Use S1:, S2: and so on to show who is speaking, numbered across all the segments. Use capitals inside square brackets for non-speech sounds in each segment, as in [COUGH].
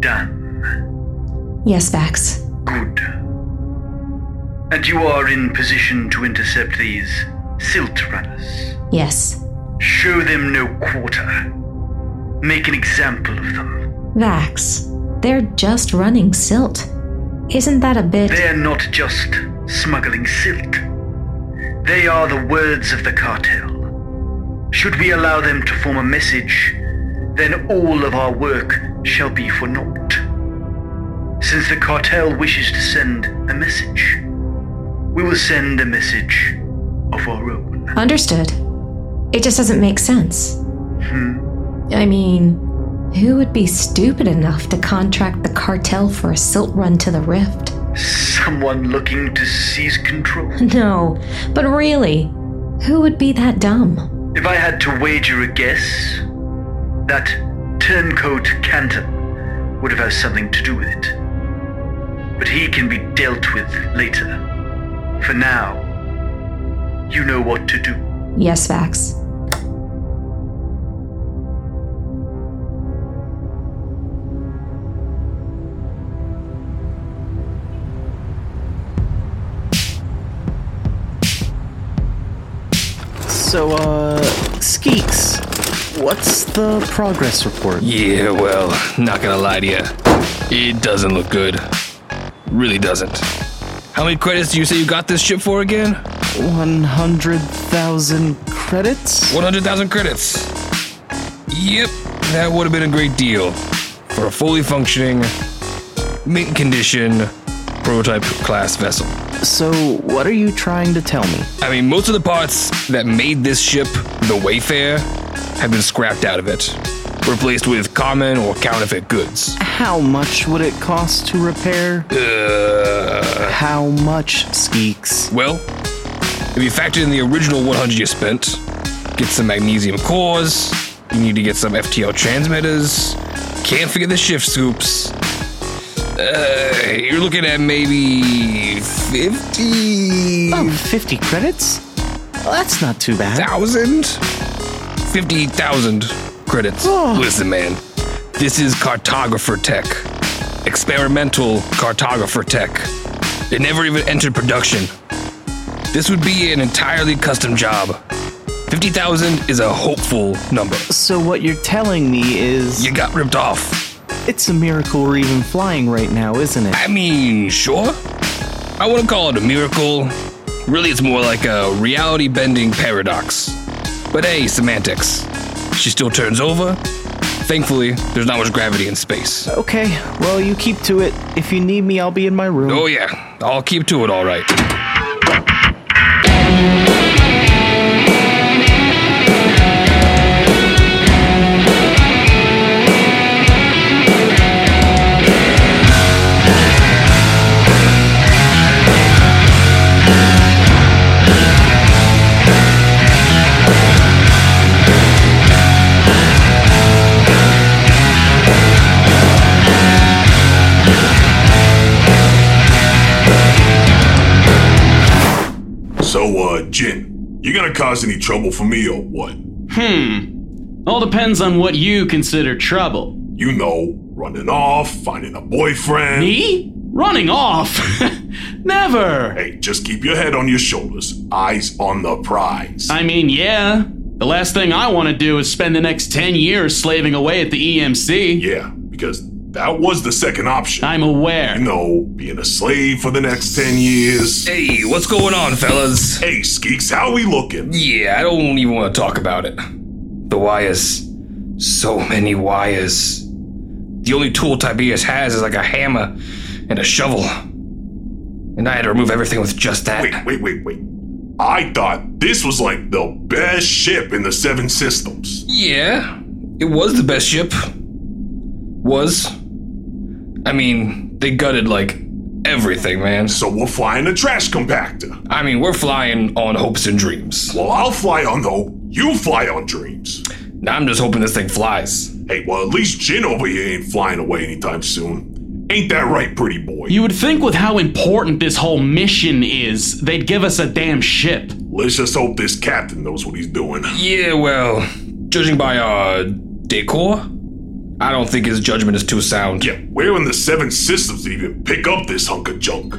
S1: done.
S2: Yes, Vax.
S1: Good. And you are in position to intercept these silt runners.
S2: Yes.
S1: Show them no quarter. Make an example of them.
S2: Vax. They're just running silt. Isn't that a bit.
S1: They're not just smuggling silt, they are the words of the cartel. Should we allow them to form a message, then all of our work shall be for naught. Since the cartel wishes to send a message, we will send a message of our own.
S2: Understood. It just doesn't make sense.
S1: Hmm?
S2: I mean, who would be stupid enough to contract the cartel for a silt run to the rift? [LAUGHS]
S1: Someone looking to seize control.
S2: No, but really, who would be that dumb?
S1: If I had to wager a guess, that turncoat Canton would have had something to do with it. But he can be dealt with later. For now, you know what to do.
S2: Yes, Vax.
S3: So, uh, Skeeks, what's the progress report?
S4: Yeah, well, not gonna lie to you. It doesn't look good. Really doesn't. How many credits do you say you got this ship for again?
S3: 100,000 credits?
S4: 100,000 credits. Yep, that would have been a great deal for a fully functioning, mint condition, prototype class vessel.
S3: So, what are you trying to tell me?
S4: I mean, most of the parts that made this ship the Wayfair have been scrapped out of it, replaced with common or counterfeit goods.
S3: How much would it cost to repair?
S4: Uh,
S3: How much, Skeeks?
S4: well, if you factor in the original 100 you spent, get some magnesium cores, you need to get some FTL transmitters, can't forget the shift scoops. Uh, you're looking at maybe 50.
S3: Oh, 50 credits? Well, that's not too bad.
S4: thousand? Fifty thousand credits.
S3: Oh.
S4: Listen, man, this is cartographer tech, experimental cartographer tech. It never even entered production. This would be an entirely custom job. Fifty thousand is a hopeful number.
S3: So, what you're telling me is
S4: You got ripped off.
S3: it's a miracle we're even flying right now, isn't it?
S4: I mean, sure. I wouldn't call it a miracle. Really, it's more like a reality bending paradox. But hey, semantics. She still turns over. Thankfully, there's not much gravity in space.
S3: Okay, well, you keep to it. If you need me, I'll be in my room.
S4: Oh, yeah, I'll keep to it all right.
S5: So, uh, Jin, you gonna cause any trouble for me or what?
S6: All depends on what you consider trouble.
S5: You know, running off, finding a boyfriend.
S6: Me? Running off? [LAUGHS] Never!
S5: Hey, just keep your head on your shoulders, eyes on the prize.
S6: I mean, yeah. The last thing I want to do is spend the next 10 years slaving away at the E EMC.
S5: yeah, because that was the second option.
S6: I'm aware.
S5: you know, being a slave for the next 10 years.
S4: Hey, what's going on, fellas?
S5: Hey, Skeeks, how we looking?
S4: Yeah, I don't even want to talk about it. The wires. So many wires. The only tool Tiberius has is like a hammer and a shovel. And I had to remove everything with just that.
S5: Wait, wait, wait, wait. I thought this was like the best ship in the seven systems.
S4: Yeah, it was the best ship. Was. I mean, they gutted like everything, man.
S5: So we're flying a trash compactor.
S4: I mean, we're flying on hopes and dreams.
S5: Well, I'll fly on hope, you fly on dreams.
S4: Now I'm just hoping this thing flies.
S5: Hey, well, at least Jin over here ain't flying away anytime soon. Ain't that right, pretty boy?
S6: You would think with how important this whole mission is, they'd give us a damn ship.
S5: Let's just hope this captain knows what he's doing.
S4: Yeah, well, judging by our decor, I don't think his judgment is too sound.
S7: Yeah, where in the seven systems did he even pick up this hunk of junk?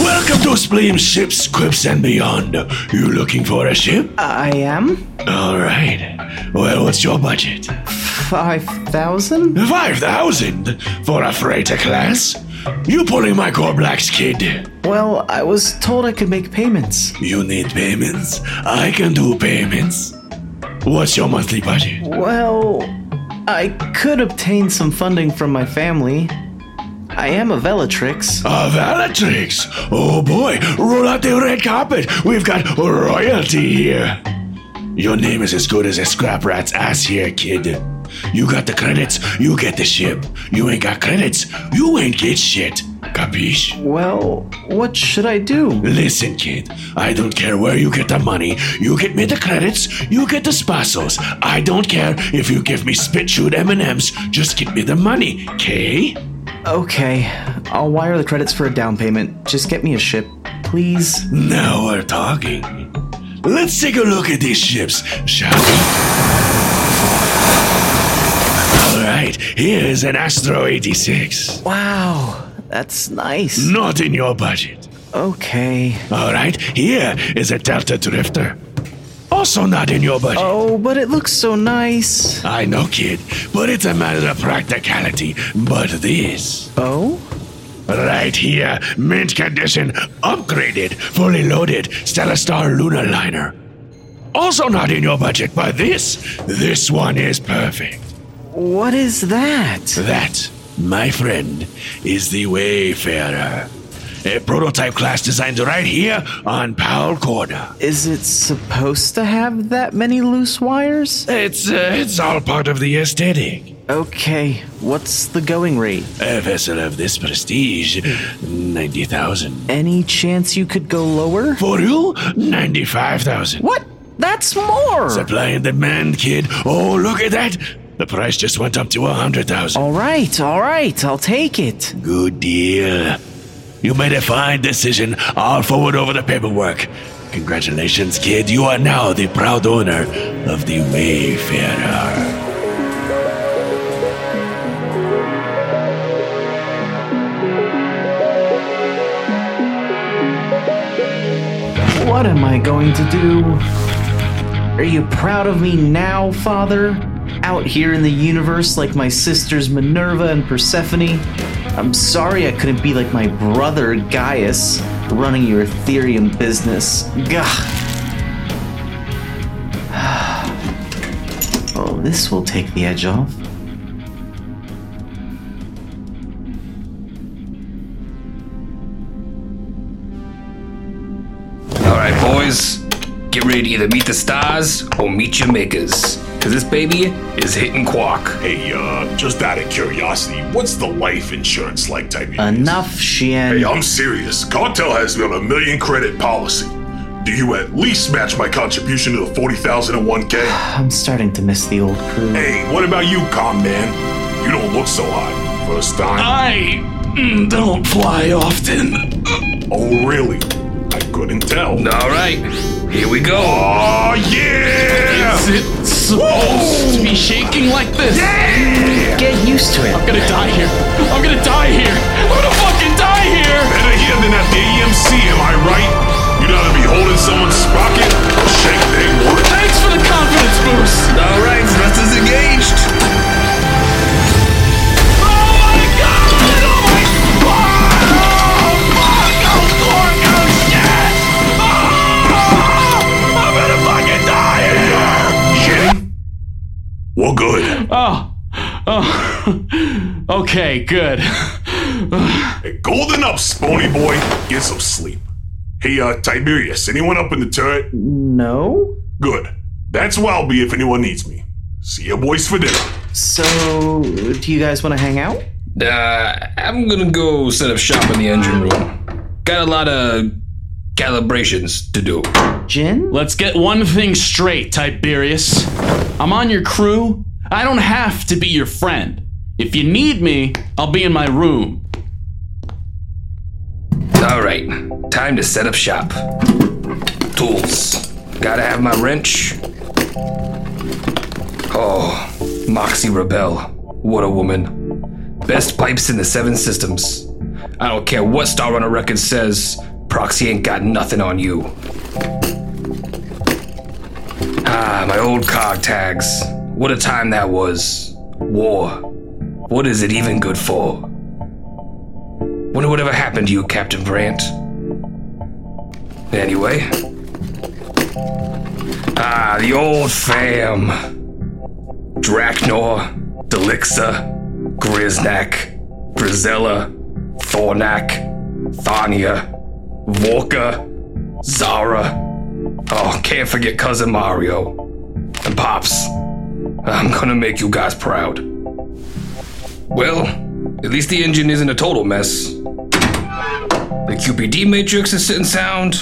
S5: Welcome to Spleem Ships, Quips, and Beyond. You looking for a ship?
S3: I am?
S5: All right. Well, what's your budget?
S3: 5,000?
S5: Five thousand for a freighter class. You pulling my core blacks, kid?
S3: Well, I was told I could make payments.
S5: You need payments. I can do payments. What's your monthly budget?
S3: Well, I could obtain some funding from my family. I am a Velatrix.
S5: A Valatrix. Oh boy, roll out the red carpet. We've got royalty here. Your name is as good as a scrap rat's ass here, kid. You got the credits, you get the ship. You ain't got credits, you ain't get shit. Capiche?
S3: Well, what should I do?
S5: Listen, kid, I don't care where you get the money. You get me the credits, you get the spasos. I don't care if you give me spit shoot M&Ms. Just give me the money, okay?
S3: Okay, I'll wire the credits for a down payment. Just get me a ship, please.
S5: Now we're talking. Let's take a look at these ships, shall we? All right, here's an Astro 86.
S3: Wow, that's nice.
S5: Not in your budget.
S3: Okay.
S5: All right, here is a Delta Drifter. Also not in your budget.
S3: Oh, but it looks so nice.
S5: I know, kid, but it's a matter of practicality. But this
S3: Oh?
S5: right here, mint condition, upgraded, fully loaded, Stellar Star Lunar Liner. Also not in your budget, but this, this one is perfect.
S3: What is that?
S5: That, my friend, is the Wayfarer. A prototype class designed right here on Powell Corner.
S3: Is it supposed to have that many loose wires?
S5: It's uh, it's all part of the aesthetic.
S3: Okay, what's the going rate?
S5: A vessel of this prestige, 90,000.
S3: Any chance you could go lower?
S5: For you, 95,000.
S3: What? That's more!
S5: Supply and demand, kid. Oh, look at that. The price just went up to 100,000.
S3: All right, all right, I'll take it.
S5: Good deal. You made a fine decision. I'll forward over the paperwork. Congratulations, kid. You are now the proud owner of the Wayfarer.
S3: What am I going to do? Are you proud of me now, Father? Out here in the universe, like my sisters Minerva and Persephone? I'm sorry I couldn't be like my brother Gaius, running your Ethereum business. Gah! [SIGHS] Oh, this will take the edge off.
S4: All right, boys, get ready to either meet the stars or meet your makers, because this baby is hitting quark.
S7: Hey, uh, just out of curiosity, what's the life insurance like type of
S3: Enough,
S7: Hey,
S3: Shien.
S7: I'm serious. Cartel has me on a million credit policy. Do you at least match my contribution to the 40,001k?
S3: I'm starting to miss the old crew.
S7: [SIGHS] hey, what about you, calm man? You don't look so hot. Uh, First time.
S4: I mm, don't fly often.
S7: oh, really? I couldn't tell.
S4: All right, here we go.
S7: Oh, yeah!
S6: Is it supposed to be shaking like this?
S3: Get used to it.
S6: I'm gonna die here. I'm gonna die here. I'm gonna fucking die here.
S7: Better here than at the EMC, am I right? You'd rather be holding someone's sprocket or shake they wood.
S6: Thanks for the confidence boost.
S4: All right, Sylvester's engaged.
S7: Shitty? Well, good.
S6: Oh, oh. [LAUGHS] okay, good.
S7: Hey, golden up, Spony boy. Get some sleep. Hey, uh, Tiberius, anyone up in the turret?
S3: No?
S7: Good. That's where I'll be if anyone needs me. See you boys for dinner.
S3: So, do you guys want to hang out?
S4: Uh, I'm gonna go set up shop in the engine room. Got a lot of calibrations to do.
S3: Jin?
S6: Let's get one thing straight, Tiberius. I'm on your crew. I don't have to be your friend. If you need me, I'll be in my room.
S4: All right, time to set up shop. Tools. Gotta have my wrench. Oh, Moxie Rebel. What a woman. Best pipes in the seven systems. I don't care what Star Runner Records says, Proxy ain't got nothing on you. Ah, my old cog tags. What a time that was. War. What is it even good for? Wonder whatever happened to you, Captain Brandt. Anyway. Ah, the old fam. Draknor, Delixa, Griznak, Grizella, Thornak, Thania, Volka, Zara. Oh, can't forget Cousin Mario. And Pops. I'm gonna make you guys proud. Well, at least the engine isn't a total mess. The QPD matrix is sitting sound.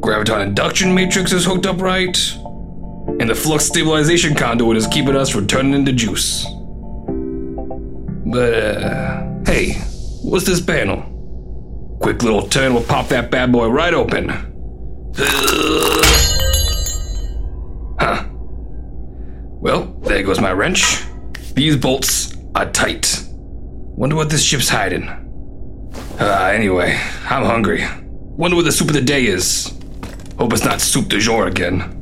S4: Graviton induction matrix is hooked up right. And the flux stabilization conduit is keeping us from turning into juice. But, uh, hey, what's this panel? Quick little turn will pop that bad boy right open. [SIGHS] Huh. Well, there goes my wrench. These bolts are tight. Wonder what this ship's hiding. Ah, anyway, I'm hungry. Wonder what the soup of the day is. Hope it's not soup du jour again.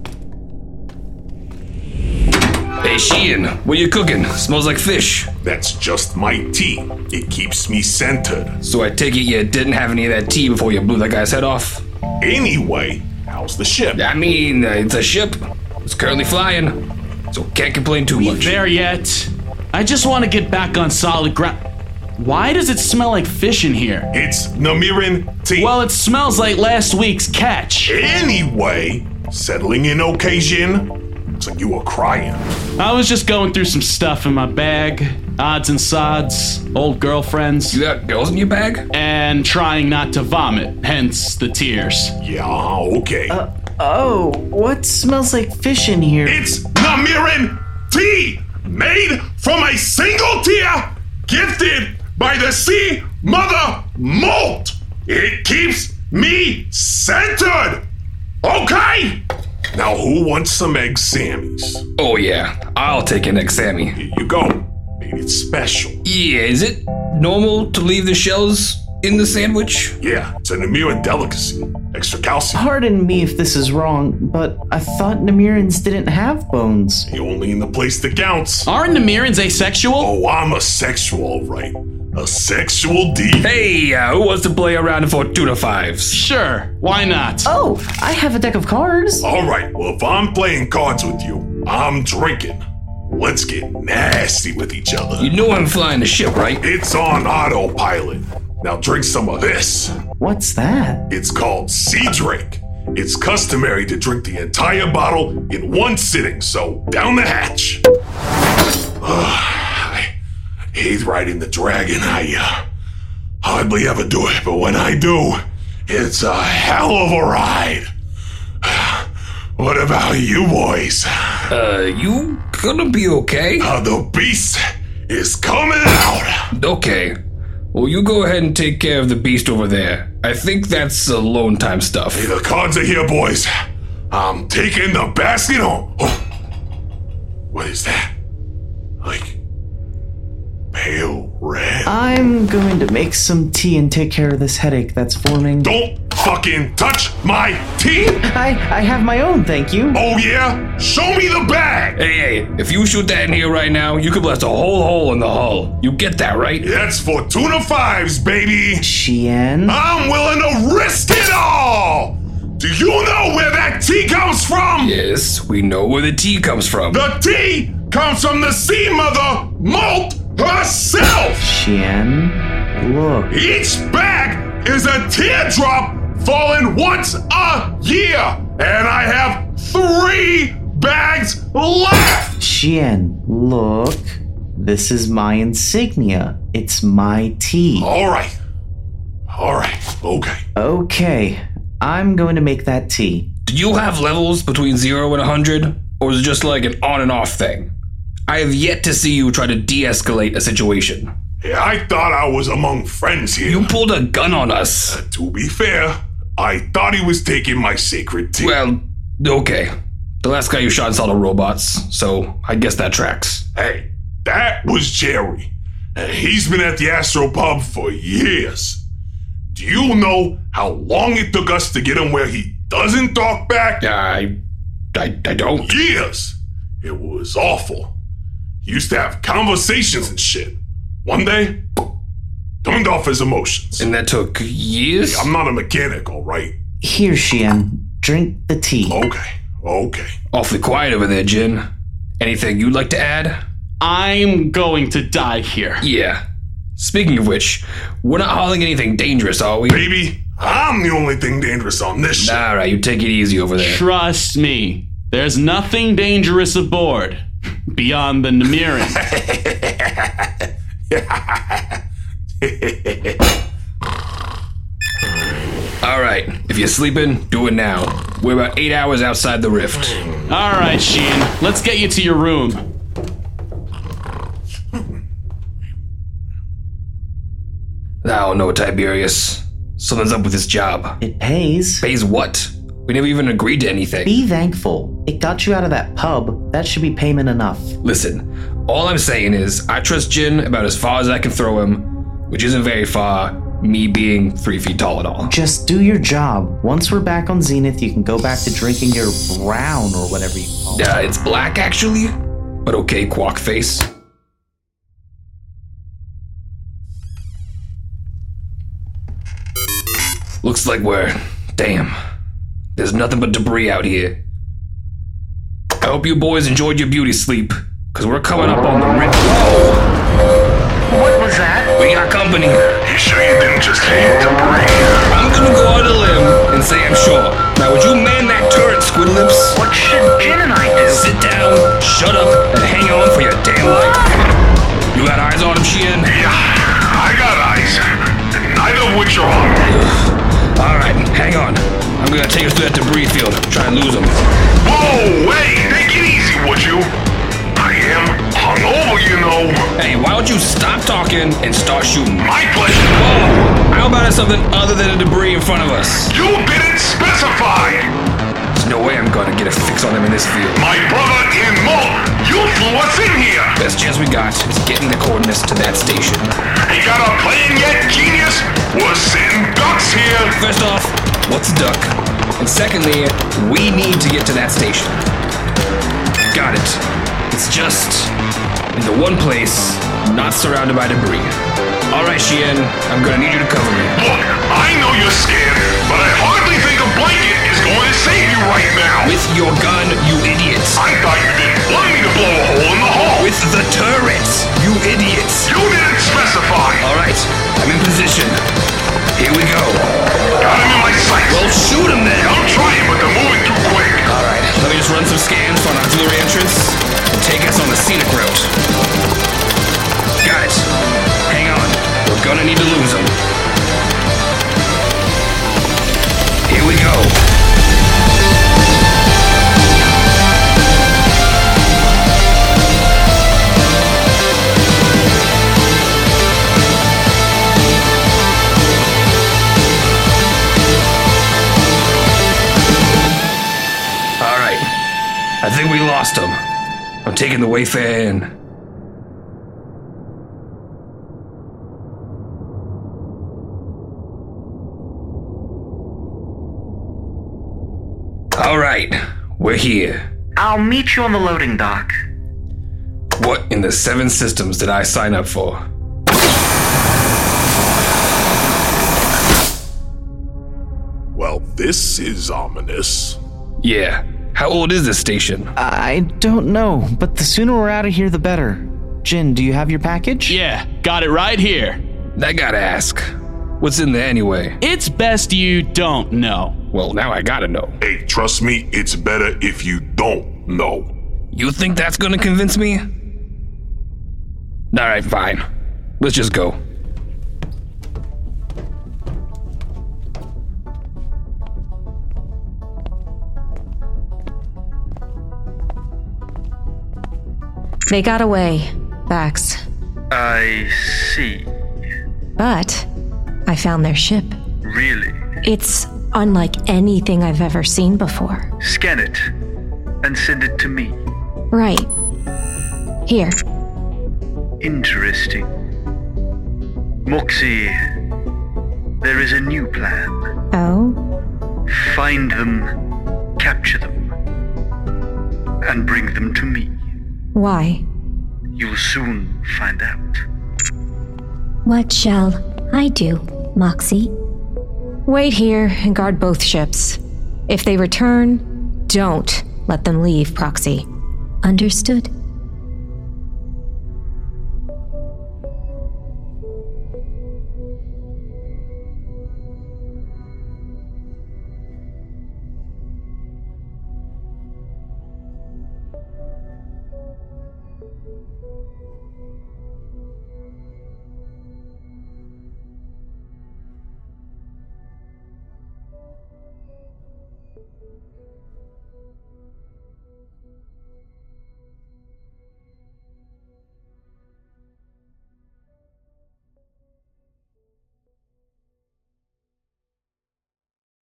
S4: Hey Sheehan, what you cooking? Smells like fish.
S7: That's just my tea. It keeps me centered.
S4: So I take it you didn't have any of that tea before you blew that guy's head off?
S7: Anyway, how's the ship?
S4: I mean, uh, it's a ship. It's currently flying, so can't complain too much.
S6: there yet. I just want to get back on solid ground. Why does it smell like fish in here?
S7: It's Namirin tea.
S6: Well, it smells like last week's catch.
S7: anyway, settling in occasion. Looks like you were crying.
S6: I was just going through some stuff in my bag odds and sods, old girlfriends,
S4: You got girls in your bag?
S6: and trying not to vomit, hence the tears.
S7: Yeah, okay.
S3: Oh, what smells like fish in here?
S7: It's Namirin tea, made from a single tear, gifted by the sea mother molt. It keeps me centered. Okay. Now, who wants some egg sammies?
S4: Oh yeah, I'll take an egg Sammy.
S7: Here you go. Made it special.
S4: Yeah, is it normal to leave the shells in the sandwich?
S7: Yeah, it's a Namirin delicacy. Extra calcium.
S3: Pardon me if this is wrong, but I thought Namirans didn't have bones.
S7: Only in the place that counts.
S6: Aren't Namirans asexual?
S7: Oh, I'm a sexual, all right? A sexual deep.
S4: Hey, uh, who wants to play around for two to fives?
S6: Sure, why not?
S3: Oh, I have a deck of cards.
S7: All right, well, if I'm playing cards with you, I'm drinking. Let's get nasty with each other.
S4: You know I'm flying the ship, right?
S7: It's on autopilot. Now drink some of this.
S3: What's that?
S7: It's called Sea Drink. It's customary to drink the entire bottle in one sitting, so down the hatch. [SIGHS] Ugh, I hate riding the dragon. I uh, hardly ever do it, but when I do, it's a hell of a ride. [SIGHS] What about you boys?
S4: Uh, you gonna be okay?
S7: Uh, the beast is coming out.
S4: Okay. Well, you go ahead and take care of the beast over there. I think that's alone time stuff.
S7: The cards are here, boys. I'm taking the basket home. Oh. What is that? Like pale red.
S3: I'm going to make some tea and take care of this headache that's forming.
S7: Don't fucking touch my tea.
S3: I, I have my own, thank you.
S7: Oh yeah, show me the bag.
S4: Hey, hey, if you shoot that in here right now, you could blast a whole hole in the hull. You get that, right?
S7: That's for tuna fives, baby.
S3: Shean.
S7: I'm willing to risk it all. Do you know where that tea comes from?
S4: Yes, we know where the tea comes from.
S7: The tea comes from the sea mother molt herself.
S3: Shean. Look.
S7: Each bag is a teardrop falling once a year, and I have three bags left.
S3: Shean, look. This is my insignia. It's my tea.
S7: All right, all right, okay.
S3: Okay, I'm going to make that tea.
S4: Do you have levels between 0 and 100? Or is it just like an on and off thing? I have yet to see you try to de escalate a situation.
S7: Yeah, I thought I was among friends here.
S4: You pulled a gun on us.
S7: to be fair, I thought he was taking my sacred tea.
S4: Well, Okay. The last guy you shot is all the robots, so I guess that tracks.
S7: Hey, that was Jerry. And he's been at the Astro Pub for years. Do you know how long it took us to get him where he doesn't talk back?
S4: I, I, I don't.
S7: Years! It was awful. He used to have conversations and shit. One day, turned off his emotions.
S4: And that took years.
S7: I'm not a mechanic, all right?
S3: Here, Shian, drink the tea.
S7: Okay, okay.
S4: Awfully quiet over there, Jin. Anything you'd like to add?
S6: I'm going to die here.
S4: Yeah. Speaking of which, we're not hauling anything dangerous, are we?
S7: Baby, I'm the only thing dangerous on this ship.
S4: All right, you take it easy over there.
S6: Trust me, there's nothing dangerous aboard beyond the Nemirin.
S4: All right, if you're sleeping, do it now. We're about eight hours outside the rift.
S6: All right, Sheen, let's get you to your room.
S4: I don't know, Tiberius. Something's up with this job.
S3: It pays.
S4: Pays what? We never even agreed to anything.
S3: Be thankful. It got you out of that pub. That should be payment enough.
S4: Listen, all I'm saying is I trust Jin about as far as I can throw him, which isn't very far, me being three feet tall at all.
S3: Just do your job. Once we're back on Zenith, you can go back to drinking your brown or whatever you call it.
S4: Uh, it's black, actually. But okay, quack face. Looks like we're. Damn. There's nothing but debris out here. I hope you boys enjoyed your beauty sleep, because we're coming up on the rip.
S1: What was that?
S4: We got company.
S7: You sure you didn't just hit debris?
S4: I'm gonna go out on a limb and say I'm sure. Now, would you man that turret, Squid Lips?
S1: What should Jin and I do?
S4: Sit down, shut up, and hang on for your damn life. You got eyes on him, Sheehan?
S7: Yeah, I got eyes. Neither of which are on me.
S4: Alright, hang on. I'm gonna take us through that debris field, try and lose him.
S7: Whoa, wait, take it easy, would you? I am hungover, you know.
S4: Hey, why don't you stop talking and start shooting?
S7: My pleasure.
S4: Whoa! How about it's something other than the debris in front of us?
S7: You didn't specify.
S4: There's no way I'm gonna get a fix on him in this field.
S7: My brother in law, you flew us in here.
S4: Best chance we got is getting the coordinates to that station.
S7: Ain't got a plan yet, genius? We're sitting ducks here.
S4: First off, what's a duck? And secondly, we need to get to that station. Got it. It's just in the one place not surrounded by debris. Alright, Sheehan, I'm gonna need you to cover me.
S7: Look, I know you're scared, but I hardly think a blanket is going to save you right now.
S4: With your gun, you idiots!
S7: I thought you didn't want me to blow a hole in the hull.
S4: With the turrets, you idiots!
S7: You didn't specify.
S4: Alright, I'm in position. Here we go.
S7: Got him in my sights.
S4: Well, shoot him then!
S7: I'm trying, but they're moving too quick.
S4: Alright, let me just run some scans for an auxiliary entrance and take us on the scenic route. Got it. Hang on. We're gonna need to lose him. Here we go. Alright. I think we lost him. I'm taking the Wayfair in. All right, we're here.
S1: I'll meet you on the loading dock.
S4: What in the seven systems did I sign up for?
S7: Well, this is ominous.
S4: Yeah. How old is this station?
S3: I don't know, but the sooner we're out of here, the better. Jin, do you have your package?
S6: Yeah, got it right here.
S4: I gotta ask. What's in there anyway?
S6: It's best you don't know.
S4: Well, now I gotta know.
S7: Hey, trust me, it's better if you don't know.
S4: You think that's gonna convince me? Alright, fine. Let's just go.
S2: They got away, Vax.
S1: I see.
S2: But I found their ship.
S1: Really?
S2: It's unlike anything I've ever seen before.
S1: Scan it and send it to me.
S2: Right. Here.
S1: Interesting. Moxie, there is a new plan.
S2: Oh?
S1: Find them, capture them, and bring them to me.
S2: Why?
S1: You'll soon find out.
S8: What shall I do, Moxie?
S2: Wait here and guard both ships. If they return, don't let them leave, Proxy.
S8: Understood.